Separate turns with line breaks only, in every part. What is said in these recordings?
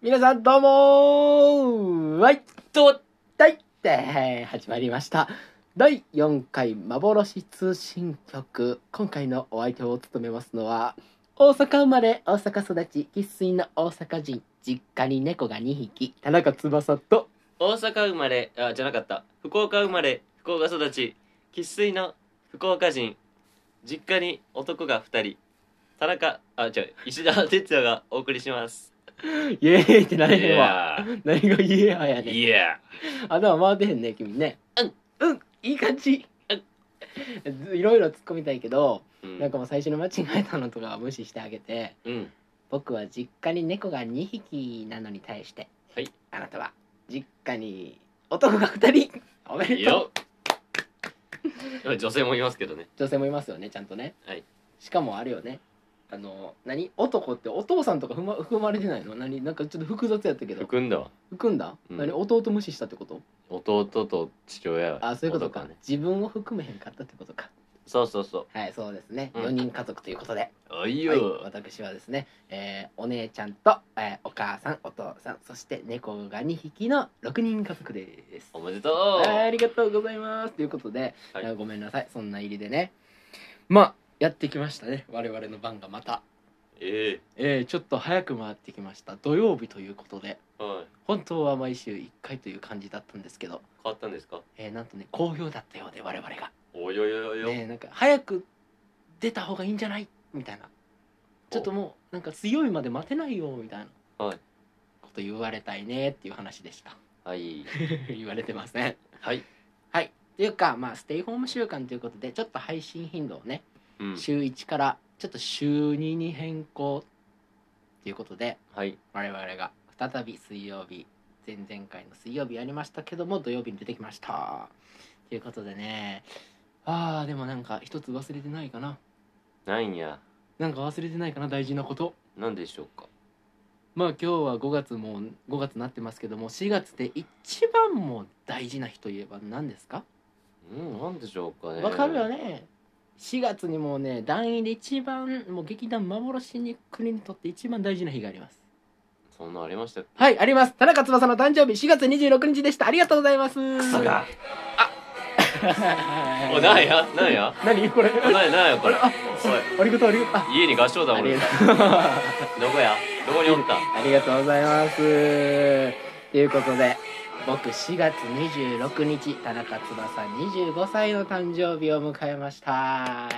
皆さんどうもーはいとだいって始まりました第4回幻通信局今回のお相手を務めますのは大阪生まれ大阪育ち生粋の大阪人実家に猫が2匹田中翼と
大阪生まれあじゃなかった福岡生まれ福岡育ち生粋の福岡人実家に男が2人田中あ違う石田哲也がお送りします
イエーイってなれへんわ
ー
何がイエーイやねん
イエ
頭回ってへんね君ね
うん
うんいい感じいろいろ突っ込みたいけど
ーうん
なんかもう最初の間違えたのとかは無視してあげて
うん
僕は実家に猫が2匹なのに対して、
はい
あなたは実家に男が2人おめ
いい
でとう
よ 女性もいますけどね
女性もいますよねちゃんとね、
はい
しかもあれよねあの何男ってお父さんとか含ま含まれてないの何なんかちょっと複雑やったけど
含んだわ
含んだ、
うん
何弟無視したってこと
弟と父親は
あそういうことか、
男ね
自分を含めへんかったってことか
そうそうそ
はいそうですね、
うん
4人家族ということで
うあいいよ、
はい、私はですね、えーお姉ちゃんと、えーお母さんお父さんそして猫が2匹の6人家族です
おめでとう
はいありがとうございますということで、
はい
あごめんなさいそんな入りでねまあやってきましたね我々の番がまた、
え
えーちょっと早く回ってきました土曜日ということで
えはい
本当は毎週1回という感じだったんですけど、
変わったんですか
えーなんとね好評だったようで我々が、
およよよよ、
ね、なんか早く出た方がいいんじゃないみたいなちょっともうなんか強いまで待てないよみたいな、
はい
こと言われたいねっていう話でした
はい
言われてません
はい、
はいっていうかまあステイホーム週間ということでちょっと配信頻度をね、
うん、
週1からちょっと週2に変更っていうことで
はい
我々が再び水曜日前々回の水曜日やりましたけども土曜日に出てきましたということでねあーでもなんか一つ忘れてないかな
ないんや
なんか忘れてないかな大事なこと
なんでしょうか
まあ今日は5月も5月になってますけども4月で一番もう大事な日といえば何ですか
うんなんでしょうかね
わかるよね4月にもうね団員で一番もう劇団幻に国にとって一番大事な日があります
そんなありました
はいあります田中翼の誕生日4月26日でしたありがとうございます ク
クソがお
な
なんやなんや
何これ
おなんやなんやこれ
あ
お
ありがとうありがとう
い家に合唱
あ
団
あ
お
り
る
が
ど
とう
こやどこにおった
ありがとうございます。ということで、僕4月26日、田中翼25歳の誕生日を迎えました。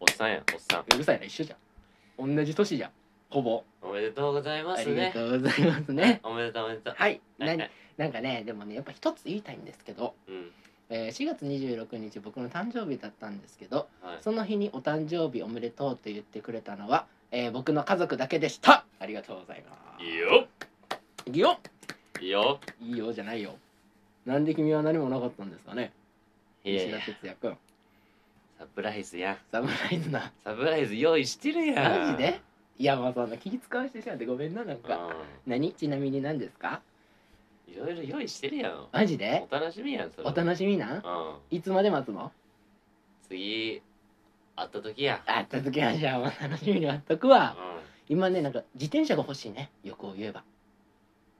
おっさんやおっさん
うるさいな、一緒じゃん。同じ年じゃん。ほぼ。
おめでとうございま
あ
す
りが
ね
とうございますね。
おめでとうおめでとう
はい。な
はい
なんかね、でもね、やっぱ一つ言いたいんですけど、
うん
えー4月26日僕の誕生日だったんですけど、
はい
その日にお誕生日おめでとうと言ってくれたのは、えー僕の家族だけでした。ありがとうございます。
いいよ
いいよ
いいよ
いいよじゃないよなんで君は何もなかったんですかね
いやいや
石田哲也君
サプライズや
サムライズな
サプライズ用意してるやん
マジでいやまあそんな気使わしてしまってごめんななんか
う
何ちなみに何ですか
んいろいろ用意してるやん
マジで
お楽しみやんそれ
お楽しみなん
うん
いつまで待つの
次会った時や
あ続きましょうお楽しみに待っとく
う
わ
ん
今ねなんか自転車が欲しいね欲を言えば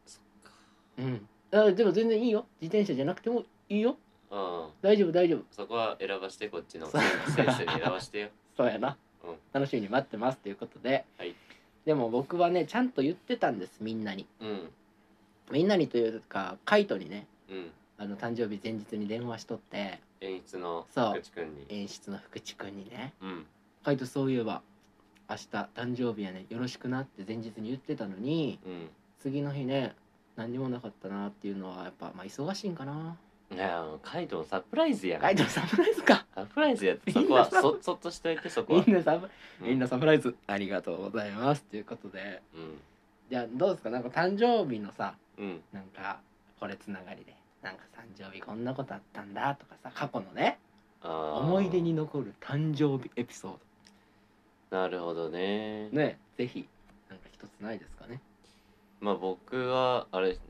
そっか
うんあでも全然いいよ自転車じゃなくてもいいよ
うん
大丈夫大丈夫
そこは選ばしてこっちの
そ
せ
う
先生に選ばしてよ
そうやな、
うん
楽しみに待ってますということで、
はい
でも僕はねちゃんと言ってたんですみんなに
うん
みんなにというかカイトにね
うん
あの誕生日前日に電話しとって
演出の
そう
口くんに
演出の福地君にね
うん
「カイトそういえば明日誕生日やねよろしくな」って前日に言ってたのに
うん
次の日ね何にもなかったなっていうのはやっぱ、まあ、忙しいんかない
やもうカイトのサプライズやん
カイトサプライズ か
サプライズやって
み
そ
ん
こ
な
はそそっとしといてそこ
み
は
んなサプ
う
みんなサプライズありがとうございますということで
うん
じゃあどうですかなんか誕生日のさ
うん
なんかこれつながりでなんか誕生日こんなことあったんだとかさ過去のね
あー
思い出に残る誕生日エピソード
なるほどね
ねぜひなんか一つないですかね
まあ僕はあれですね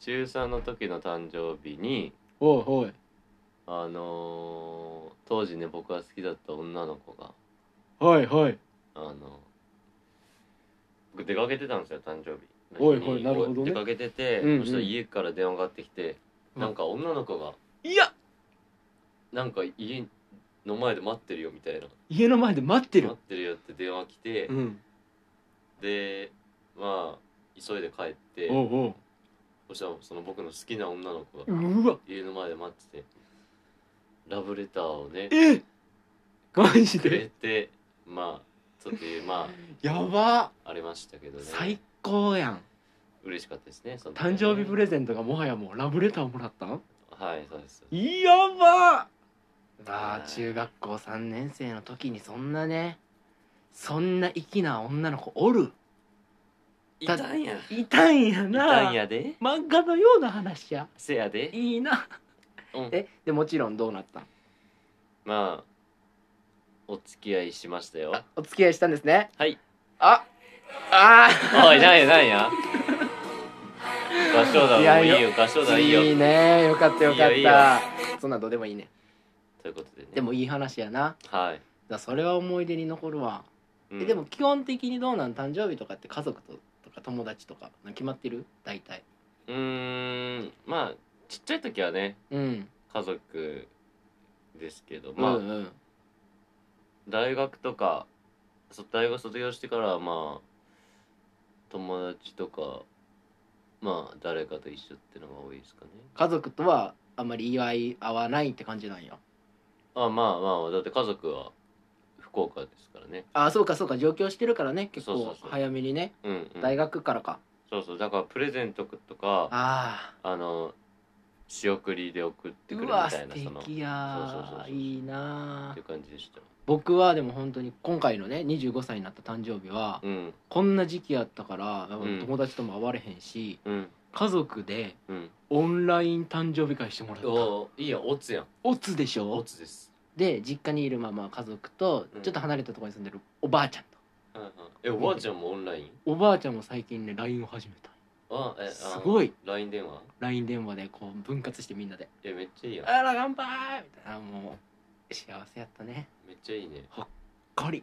中3の時の誕生日に
おいおい
あのー当時ね僕が好きだった女の子が
はいはい
あの僕出かけてたんですよ誕生日
おいおいなるほどね
出かけてて、
うんうん
そしたら家から電話がかってきて、
うん
なんか女の子が「いや!」なんか家の前で待ってるよみたいな
家の前で待って
待
る
ってるよって電話来て、
うん
でまあ急いで帰って
おうおう
そしたらその僕の好きな女の子が
うわ
家の前で待っててラブレターをね
えマジ
くれ
で
てまあちょっというま
やば
あありましたけどね
最高やん
嬉しかったですねその時はね
誕生日プレゼントがもはやもうラブレターもらったん
はいそうです
やばあ
は
ー
い
中学校3年生の時にそんなねそんな粋な女の子おる
い
だ
たんや
いたんや
い
な
たんやで
漫画のような話や
せやで
いいな
うん
えでもちろんどうなったん
まあお付き合いしました よ
あお付き合いしたんですね
はい
ああ
おいなんやなんや合唱団
いや
もういい
い
よ合唱
ー
団いいよ
いいねよかったよかった
いいよいいよ
そんなんどうでもいいね
ということでね
でもいい話やな
はい
だそれは思い出に残るわ、
うん
えでも基本的にどうなん誕生日とかって家族ととか友達とか決まってる大体
うーんまあちっちゃい時はね
うん
家族ですけどまあ、
うんうん
大学とかそ大学卒業してからはまあ友達とかまあ誰かと一緒ってのが多いですかね
家族とはあんまり祝い合わないって感じなんや
あまあまあだって家族は福岡ですからね
あそうかそうか上京してるからね結
そうそ
構
うそう
早めにね
うん、うん、
大学からか
そうそうだからプレゼントとかあ
あ
の仕送りで送ってく
あう
るみた
わ素
いなそのっ
敵や
そうそうそうそう
いいな
ていう感じでした
僕はでも本当に今回のね25歳になった誕生日は、
うん
こんな時期やったからやっぱ
うん
友達とも会われへんし、
うん
家族で
うん
オンライン誕生日会してもらった
おいいやオツやん
オツでし
オ
ょ
ツです、
で実家にいるまま家族と
うん
ちょっと離れたところに住んでるおばあちゃんと
うんうん、えおばあちゃんもオンライン
おばあちゃんも最近ね LINE を始めた
あえあ
すごい
LINE 電話
LINE 電話でこう分割してみんなで
えめっちゃいい
「
やん
あら乾杯!」みたいなもう幸せやったね
めっちゃいいね
ほっこり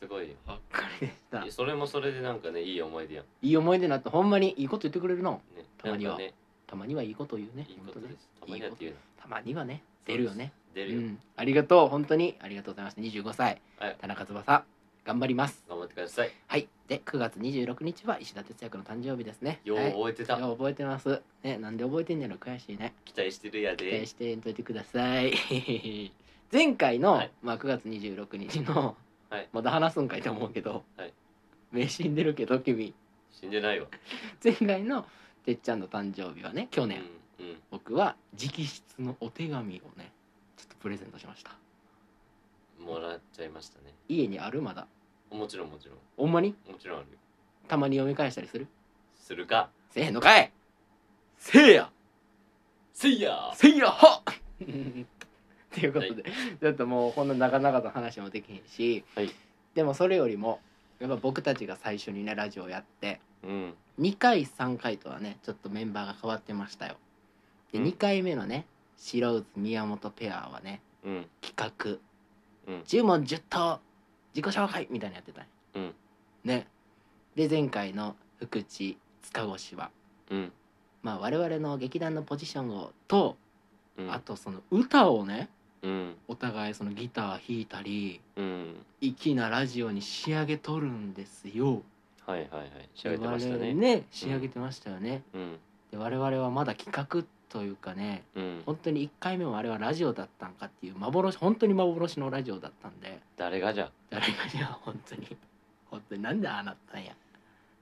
すごいよ
ほっこりでした
えそれもそれでなんかねいい思い出やん
いい思い出になってほんまにいいこと言ってくれるの
ね
たまには
なんかね
たまにはいいこと言うね
いい
ほん
こと
と
で
ね
すたまにはっていうの
たまにはね出るよね
出
う
るよ、
んありがとう本当にありがとうございました25歳、
はい
田中翼頑張ります
頑張ってください
はいで9月26日は石田哲也君の誕生日ですね
よう
はい
覚えてた、
よう覚えてますねなんで覚えてんねやろ悔しいね
期待してるや
期待
で
してといてください 前回の、
はい
まあ、9月26日の、
はい
まだ話すんかいと思うけど、
はい
名刺に出るけど君
死んでないわ
前回のてっちゃんの誕生日はね去年、
うんうん
僕は直筆のお手紙をねちょっとプレゼントしました
もらっちゃいましたね
家にあるまだ
もちろんもちろん
ほんまに
もちろんあるよ
たまに読み返したりする
するか
せえへんのかいせいや
せいや
せいや はっていうことで、ちょっともうこんな長々と話もできへんし、
はい
でもそれよりもやっぱ僕たちが最初にねラジオやって
うん
2回3回とはねちょっとメンバーが変わってましたよで、
うん
2回目のね白渦宮本ペアはね
うん
企画、
うん
10問10答自己紹介みたいなのやってたんや
うん
ねで前回の福地塚越は
うん
まあ我々の劇団のポジションをと、
うん
あとその歌をね
うん
お互いそのギター弾いたり
うん
粋なラジオに仕上げとるんですよ
はいはいはい調べてました
我
ね
々ね仕上げてましたよね、
うん
で我々はまだ企画というかね
うん
本当に1回目もあれはラジオだったんかっていう幻本当に幻のラジオだったんで
誰がじゃ
誰がには本当に本当になんでああなったんや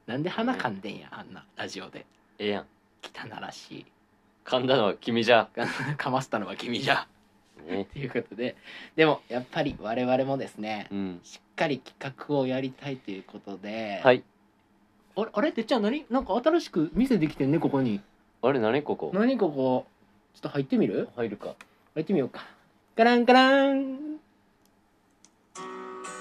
なんで鼻かんでんやあんなラジオで
ええやん
汚らしい
噛んだのは君じゃ
かましたのは君じゃ
ね
ということででもやっぱり我々もですね
うん
しっかり企画をやりたいということで、
はい
あれあれてっちゃん何なんか新しく店できてんねここに
あれ何ここ
何ここちょっと入ってみる
入るか
入ってみようかカランカランス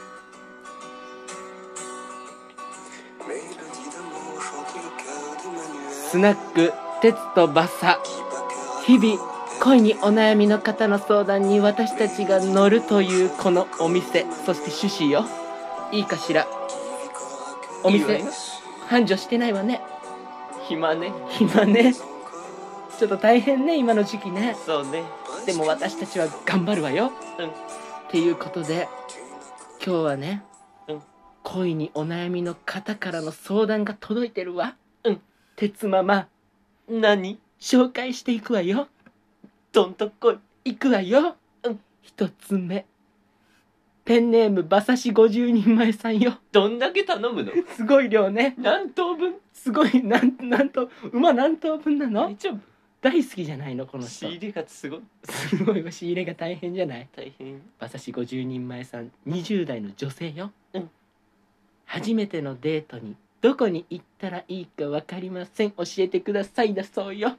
スナ
ナ
ッ
ック鉄とバサ
ク
日
日
々
々
恋にお悩みの方の相談に私たちが乗るというこのお店そして趣旨よいいかしらお
いいわ
店
今
繁盛してないわね
暇ね
今ねちょっと大変ね今の時期ね
そうね
でも私たちは頑張るわよ、
うん
っていうことで今日はね、
うん
恋にお悩みの方からの相談が届いてるわ
うん
鉄ママ
何
紹介していくわよ
どんとこい
いくわよ、
うん、
一つ目ペンネーム馬刺し50人前さんよ
どんだけ頼むの
すごい量ね
何等分
すごいなんなんと馬何頭分なの
大丈
大好きじゃないのこの
夫仕
人
入れがすごい
すごい仕入れが大変じゃない
大変
私50人前さん20代の女性よ、
うん
初めてのデートにどこに行ったらいいか分かりません教えてくださいだそうよ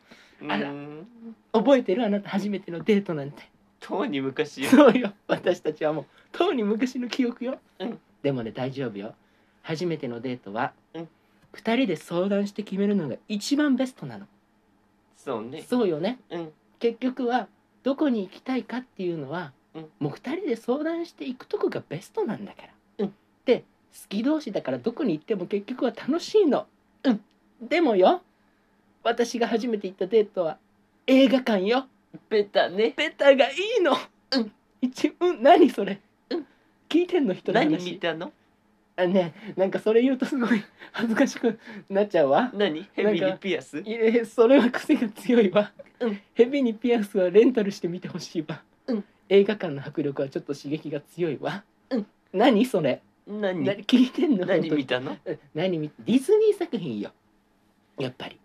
あら
うーん
覚えてるあなた初めてのデートなんて
とうに昔よ
そうよ私たちはもうとうに昔の記憶よ、
うん
でもね大丈夫よ初めてのデートは、
うん
2人で相談して決めるのが一番ベストなの
そうね
そうよね
うん
結局はどこに行きたいかっていうのは、
うん
もう2人で相談していくとこがベストなんだから、
うん
で好き同士だからどこに行っても結局は楽しいのうんでもよ私が初めて行ったデートは映画館よ
ベタね
ベタがいいの
うん
一うん何それ
うん
聞いてんの人の
何見
話
たの
あねなんかそれ言うとすごい恥ずかしくなっちゃうわ
何ヘビにピアス
いえそれは癖が強いわ、
うん
ヘビにピアスはレンタルして見てほしいわ、
うん
映画館の迫力はちょっと刺激が強いわ、
うん
何それ
何
何聞いてんの
何見
た
たの
何見ディズニー作品よやっぱり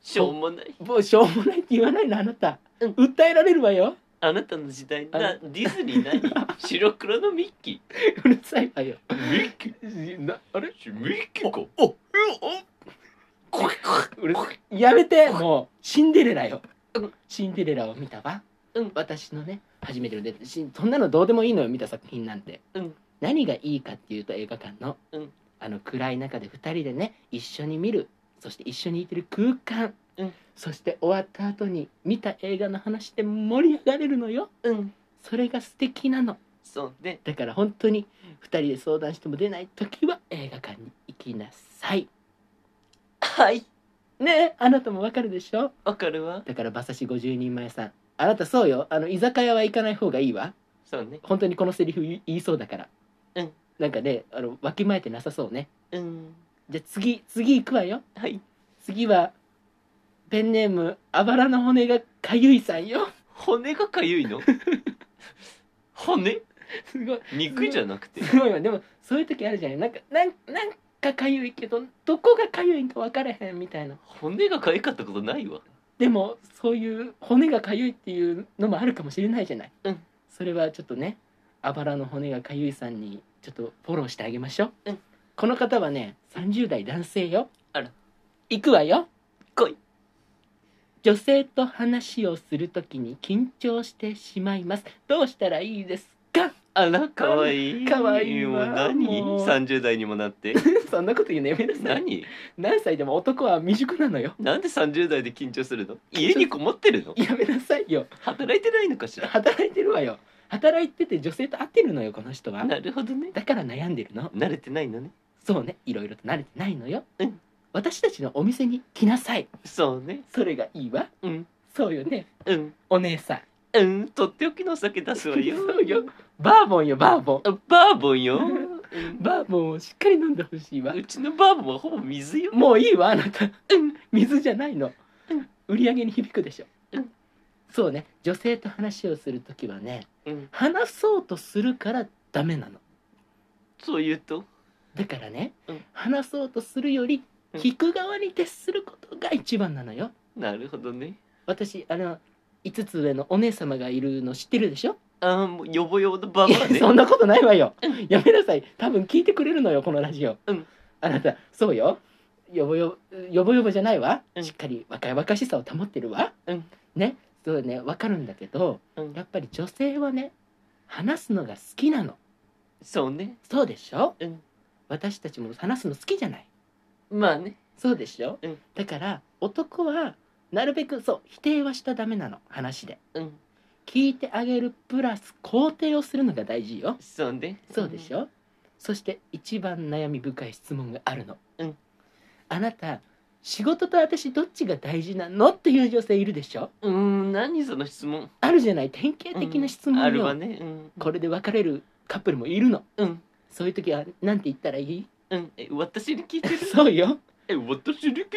しょうもない
もうしょうもないって言わないのあなた、
うん
訴えられるわよ
あなたの時代
あ
なディズニー何白黒のミッキ
うるさいわよ
ーミッキ
なあれ
ーミッキーかおおこ
うるさいやめてもうシンデレラよ、
うん
シンデレラを見たわ、
うん
私のね初めてのデートしそんなのどうでもいいのよ見た作品なんて、
うん
何がいいかっていうと映画館の、
うん
あの暗い中で2人でね一緒に見るそして一緒にいてる空間、
うん
そして終わった後に見た映画の話で盛り上がれるのよ
うん
それが素敵なの
そうね
だから本当に2人で相談しても出ない時は映画館に行きなさい
はい
ねえあなたもわかるでしょ
わかるわ
だから馬刺し50人前さんあなたそうよあの居酒屋は行かない方がいいわ
そうね
本当にこのセリフ言い言いそうだから
うん
なんかねあのわきまえてなさそうね
うん
じゃあ次次行くわよ
はい
次はペンネームあばらの骨がかゆいさんよ
骨がかゆいの 骨
すごい
肉じゃなくて
すごいわでもそういう時あるじゃないなんかなんなんかかゆいけどどこがかゆいんか分からへんみたいな
骨がかゆかったことないわ
でもそういう骨がかゆいっていうのもあるかもしれないじゃない、
うん
それはちょっとねあばらの骨がかゆいさんにちょっとフォローしてあげましょう、
うん
この方はね30代男性よ
あら
行くわよ
来い
女性と話をするときに緊張してしまいますどうしたらいいですか
あらかわいい
かわいい
も
わ
う何
もう
30代にもなって
そんなこと言うのやめなさい
何
何歳でも男は未熟なのよ
なんで30代で緊張するの家にこもってるの
やめなさいよ
働いてないのかしら
働いてるわよ働いてて女性と会ってるのよこの人は
なるほどね
だから悩んでるの
慣れてないのね
そうねいろいろと慣れてないのよ、
うん
私たちのお店に来なさい
そうね
それがいいわ
うん
そうよね
うん
お姉さん
うんとっておきのお酒出すわよ
そうよバーボンよバーボン
あバーボンよ、
バーボンをしっかり飲んでほしいわ
うちのバーボンはほぼ水よ
もういいわあなた、水じゃないの、
うん
売り上げに響くでしょ、
うん
そうね女性と話をする時はね
うん、
話そうとするからダメなの
そう言うと
だからね、
うん
話そうとするより
うん
聞く側に徹することが一番なのよ、
なるほどね
私あの5つ上のお姉様がいるの知ってるでしょ、
あーもうよぼよぼのバ
い
ーボン
や
ね
そんなことないわよ
うん
やめなさい多分聞いてくれるのよこのラジオ、
うん
あなたそうよよぼよよぼよぼじゃないわ、
うん
しっかり若々しさを保ってるわ、
うん
ねそうねわかるんだけど
うん
やっぱり女性はね話すのが好きなの
そうね
そうでしょ、
うん
私たちも話すの好きじゃない
まあね
そうでしょ、
うん
だから男はなるべくそう否定はしちゃダメなの話で
うん
聞いてあげるプラス肯定をするのが大事よ
そうね
そうでし
ょ
ょ、そして一番悩み深い質問があるの
うん
あなた仕事と私どっちが大事なのっていう女性いるでしょ
うーん何その質問
あるじゃない典型的な質問
ある
よ、
わねうん
これで別れるカップルもいるの
うん
そういう時はなんて言ったらいい
うんえ私に聞いてる
そうよ
え私に聞いて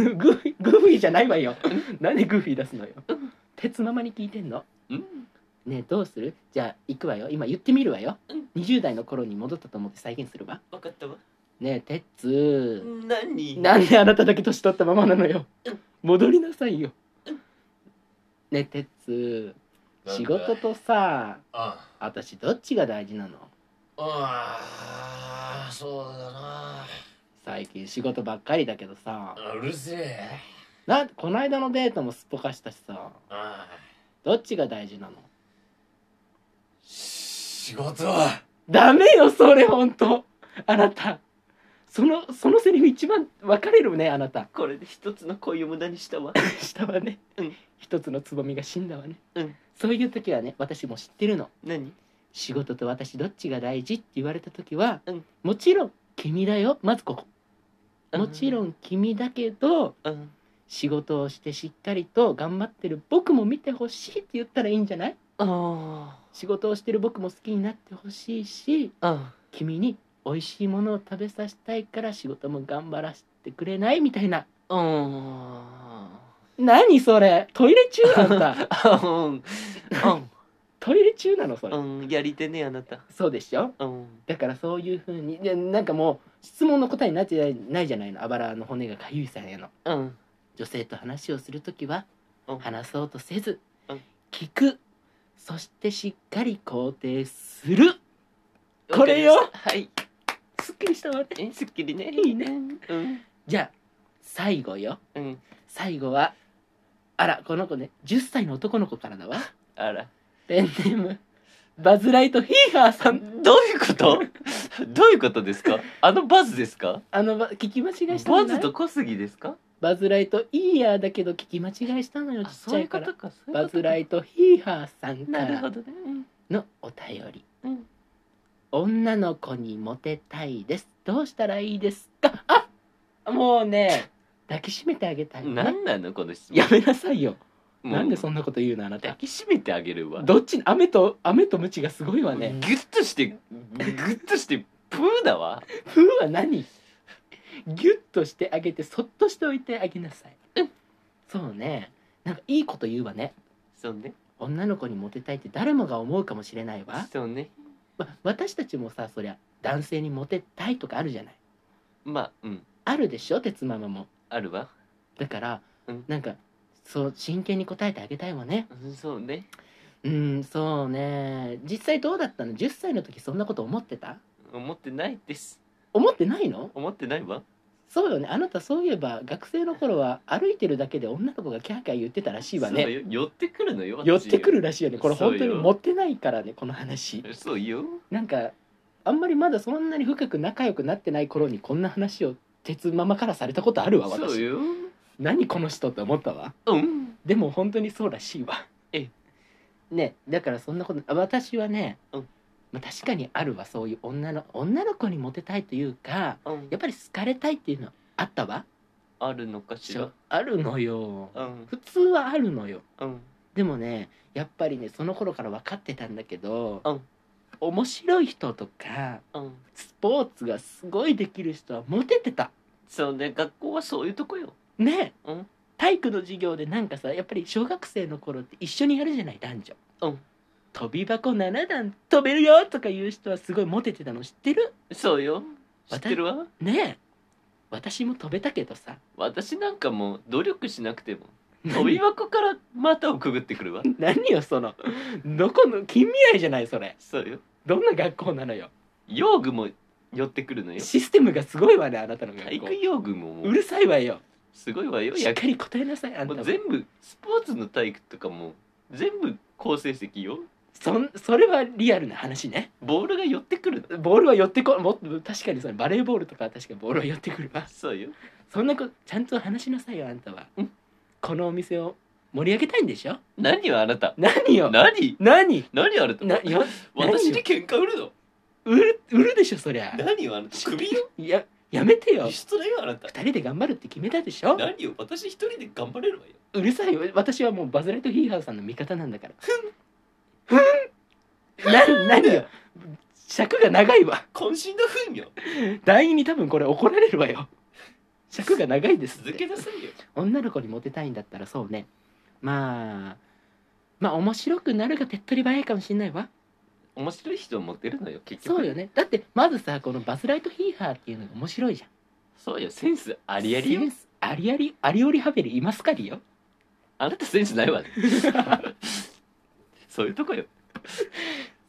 る
グーフィーグーフィーじゃないわよなんでグーフィー出すのよ
うん
鉄ママに聞いてんの
うん
ねえどうするじゃあ行くわよ今言ってみるわよ、
うん
20代の頃に戻ったと思って再現するわ
分かったわ
ねえてっつー
何
なんであなただけ年取ったままなのよ戻りなさいよねえてっつー仕事とさ
あ
私どっちが大事なの
あそうだな
最近仕事ばっかりだけどさ
うるせえ
なこないだのデートもすっぽかしたしさ
ああ
どっちが大事なの
仕事は
ダメよそれほんとあなたそのそのセリフ一番分かれるねあなた
これで一つの恋を無駄にしたわ
下はね、
うん
一つのつぼみが死んだわね、
うん
そういう時はね私も知ってるの
何
仕事と私どっちが大事って言われた時は、
うん
もちろん君だよまずここもちろん君だけど
うん
仕事をしてしっかりと頑張ってる僕も見てほしいって言ったらいいんじゃない
あ
仕事をしてる僕も好きになってほしいし
ああ
君に美味しいものを食べさせたいから仕事も頑張らせてくれないみたいな
あ
何それトイレ中あん た
うん
トイレ中なのそれ、
うんうんやりてねあなた
そうでしょ
うん
だからそういうふうにでなんかもう質問の答えになってないないじゃないのあばらの骨がかゆいさんへの
うん
女性と話をする時は
うん
話そうとせず
うん
聞くそしてしっかり肯定するこれ
わ
よ
かりました
すっきりしたわね
はいえすっきりね
いいね
うん
じゃあ最後よ
うん
最後はあらこの子ね10歳の男の子から だわ
あら
ペンネームバズ・ライト・ヒーハーさ
どうんいうことどういうことですかあのバズですか
あのば聞き間違いしたの
バ
ね
ズと小杉ですか
バズ・ライト・イーヤーだけど聞き間違いしたのよち
あ
っち
そ
ゃ
うい
いう
こ
から
とかそういうことか
バズ・ライト・ヒーハーさんか
なるほ
ら
どねうん
のお便り
うん
女の子にモテたいですどうしたらいいですか あもうね抱きしめてあげたいね
何なのこの質問
やめなさいよ
もう
なんでそんなこと言うのあな
抱
た
きしめてあげるわ
どっち雨と雨とムチがすごいわね
ギュッとしてギュッとしてプーだわ
ふーは何ギュッとしてあげてそっとしておいてあげなさいそうねなんかいいこと言うわね
そうね
女の子にモテたいって誰もが思うかもしれないわ、
そうね
ま、私たちもさそりゃ男性にモテたいとかあるじゃない
まあうん
あるでしょ鉄ママも
あるわ
だから、
うん
なんかそう真剣に答えてあげたいわね
うんそうね
うんそうね実際どうだったの10歳の時そんなこと思ってた
思ってないです
思ってないの
思ってないわ
そうよねあなたそういえば学生の頃は歩いてるだけで女の子がキャーキャー言ってたらしいわ
そう
ね
よ寄ってくるのよ
寄ってく
る
るらしいよねこれ
そう
本
よ
当に持ってないからねこの話
そうよ
なんかあんまりまだそんなに深く仲良くなってない頃にこんな話を鉄ママからされたことあるわ
そう
私
よ
何この人って思ったわ
うん
でも本当にそうらしいわ
え
ねだからそんなことあ私はね、
うん
まあ、確かにあるわそういう女の女の子にモテたいというか
うん
やっぱり好かれたいっていうのはあったわ
あるのかしら
あるのよ
うん
普通はあるのよ
うん
でもねやっぱりねその頃から分かってたんだけど、
うん
面白い人とか
うん
スポーツがすごいできる人はモテてた
そうね学校はそういうとこよ
ね、
うん
体育の授業でなんかさやっぱり小学生の頃って一緒にやるじゃない男女、
うん
飛び箱7段飛べるよとか言う人はすごいモテてたの知ってる
そうよ知ってるわ
ねえ私も飛べたけどさ
私なんかもう努力しなくても飛び箱から股をくぐってくるわ
何よそのどこの近未来じゃないそれ
そうよ
どんな学校なのよ
用具も寄ってくるのよ
システムがすごいわねあなたの
体
学校
育用具もも
う
う
るさいわよ
すごいわよ
しっ
野
かり答えなさいあん
も
た
う
も
全部スポーツの体育とかも全部好成績よ
そんそれはリアルな話ね
ボールが寄ってくるの
ボールは寄ってこも確かにそのバレーボールとかは確かにボールは寄ってくるわ
そうよ
そんなことちゃんと話しなさいよあんたは、
うん
このお店を盛り上げたいんでしょ
何よあなた
何よ
何
何
何あなた
なよ
私に喧嘩売るの
売る売るでしょそりゃ
何よあなた首よ
いややめてよ
輸出だよあなた
二人で頑張るって決めたでしょ
何よ私一人で頑張れるわよ
うるさいよ私はもうバズ・ライト・ヒーハーさんの味方なんだからふんな何よ尺が長いわ
渾身のふんよ
団員に多分これ怒られるわよ尺が長いですって
続けなさいよ
女の子にモテたいんだったらそうねまあまあ面白くなるが手っ取り早いかもしんないわ
面白い人を持ってるのよ結局
そうよねだってまずさこのバズ・ライト・ヒーハーっていうのが面白いじゃん
そうよセンスありありよ
センスありありありおりハベリいますかりよ
あなたセンスない わそういうとこよ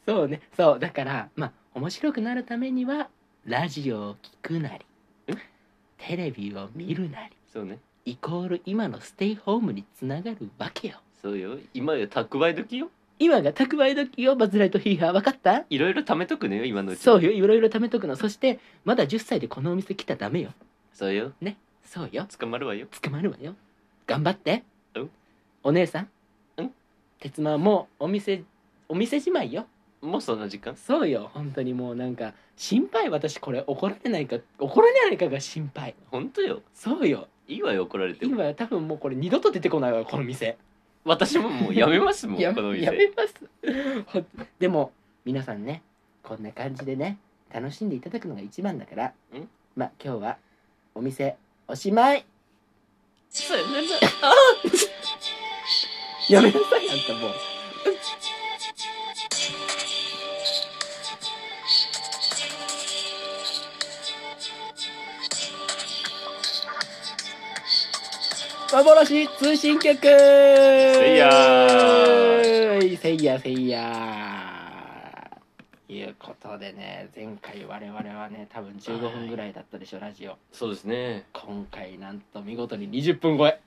そうねそうだからまあ面白くなるためにはラジオを聞くなりテレビを見るなり
そうね
イコール今のステイホームにつながるわけよ
そうよ今よ蓄え時よ
今が蓄え時よバズ・ライト・ヒーハー分かった
いろいろ貯めとくねよ今のうちに
そうよいろいろ貯めとくのそしてまだ10歳でこのお店来たらダメよ
そうよ
そうよ
捕まるわよ
捕まるわよ頑張って
うん
お姉さん
うん
鉄馬はもうお店お店じまいよ
もうそんな時間
そうよ本当にもうなんか心配私これ怒られないか怒られないかが心配
本当よ
そうよ
いいわよ怒られても
今多分もうこれ二度と出てこないわよこの店
私ももうやめますもん
や
この
め
店
やめます ほんでも皆さんねこんな感じでね楽しんでいただくのが一番だから
うん
まあ今日はお店おしまい
さよなら
やめなさいあんたもう幻通信局せ
いや
ーせいやせいやーいうことでね前回我々はね多分15分ぐらいだったでしょラジオ
そうですね
今回なんと見事に20分超え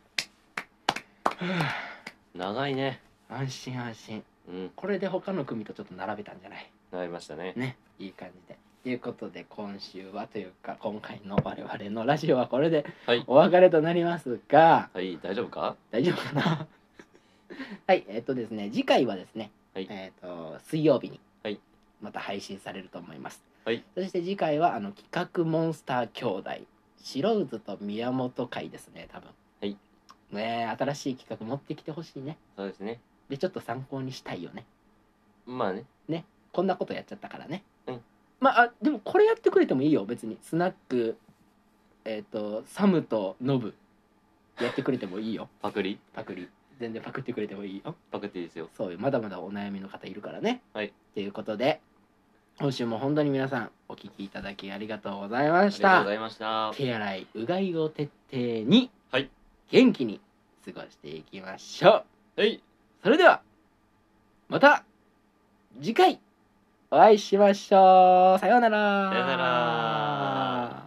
長いね
安心安心
うん
これで他の組とちょっと並べたんじゃない
なりましたね
ねいい感じでということで今週はというか今回の我々のラジオはこれで
はい
お別れとなりますが
はい大丈夫か
大丈夫かな はいえっ、とですね次回はですね、
はい
えっ、と水曜日に
はい
また配信されると思います、
はい
そして次回はあの企画モンスター兄弟白渦と宮本会ですね多分
はい
ねえ新しい企画持ってきてほしいね
そうですね
でちょっと参考にしたいよね
まあね
こんなことやっちゃったからね、
うん
まああでもこれやってくれてもいいよ別にスナックえっ、とサムとノブやってくれても いいよ
パクリ
パクリ全然パクってくれてもいいよ
パクっていいですよ
そうよまだまだお悩みの方いるからね
はい
ということで今週も本当に皆さんお聞きいただきありがとうございま
あ
し
りがとう
た
ございました
手洗いうがいを徹底に、
はい
元気に過ごしていきましょう
はい
それではまた次回お会いしましょうさようなら
さようなら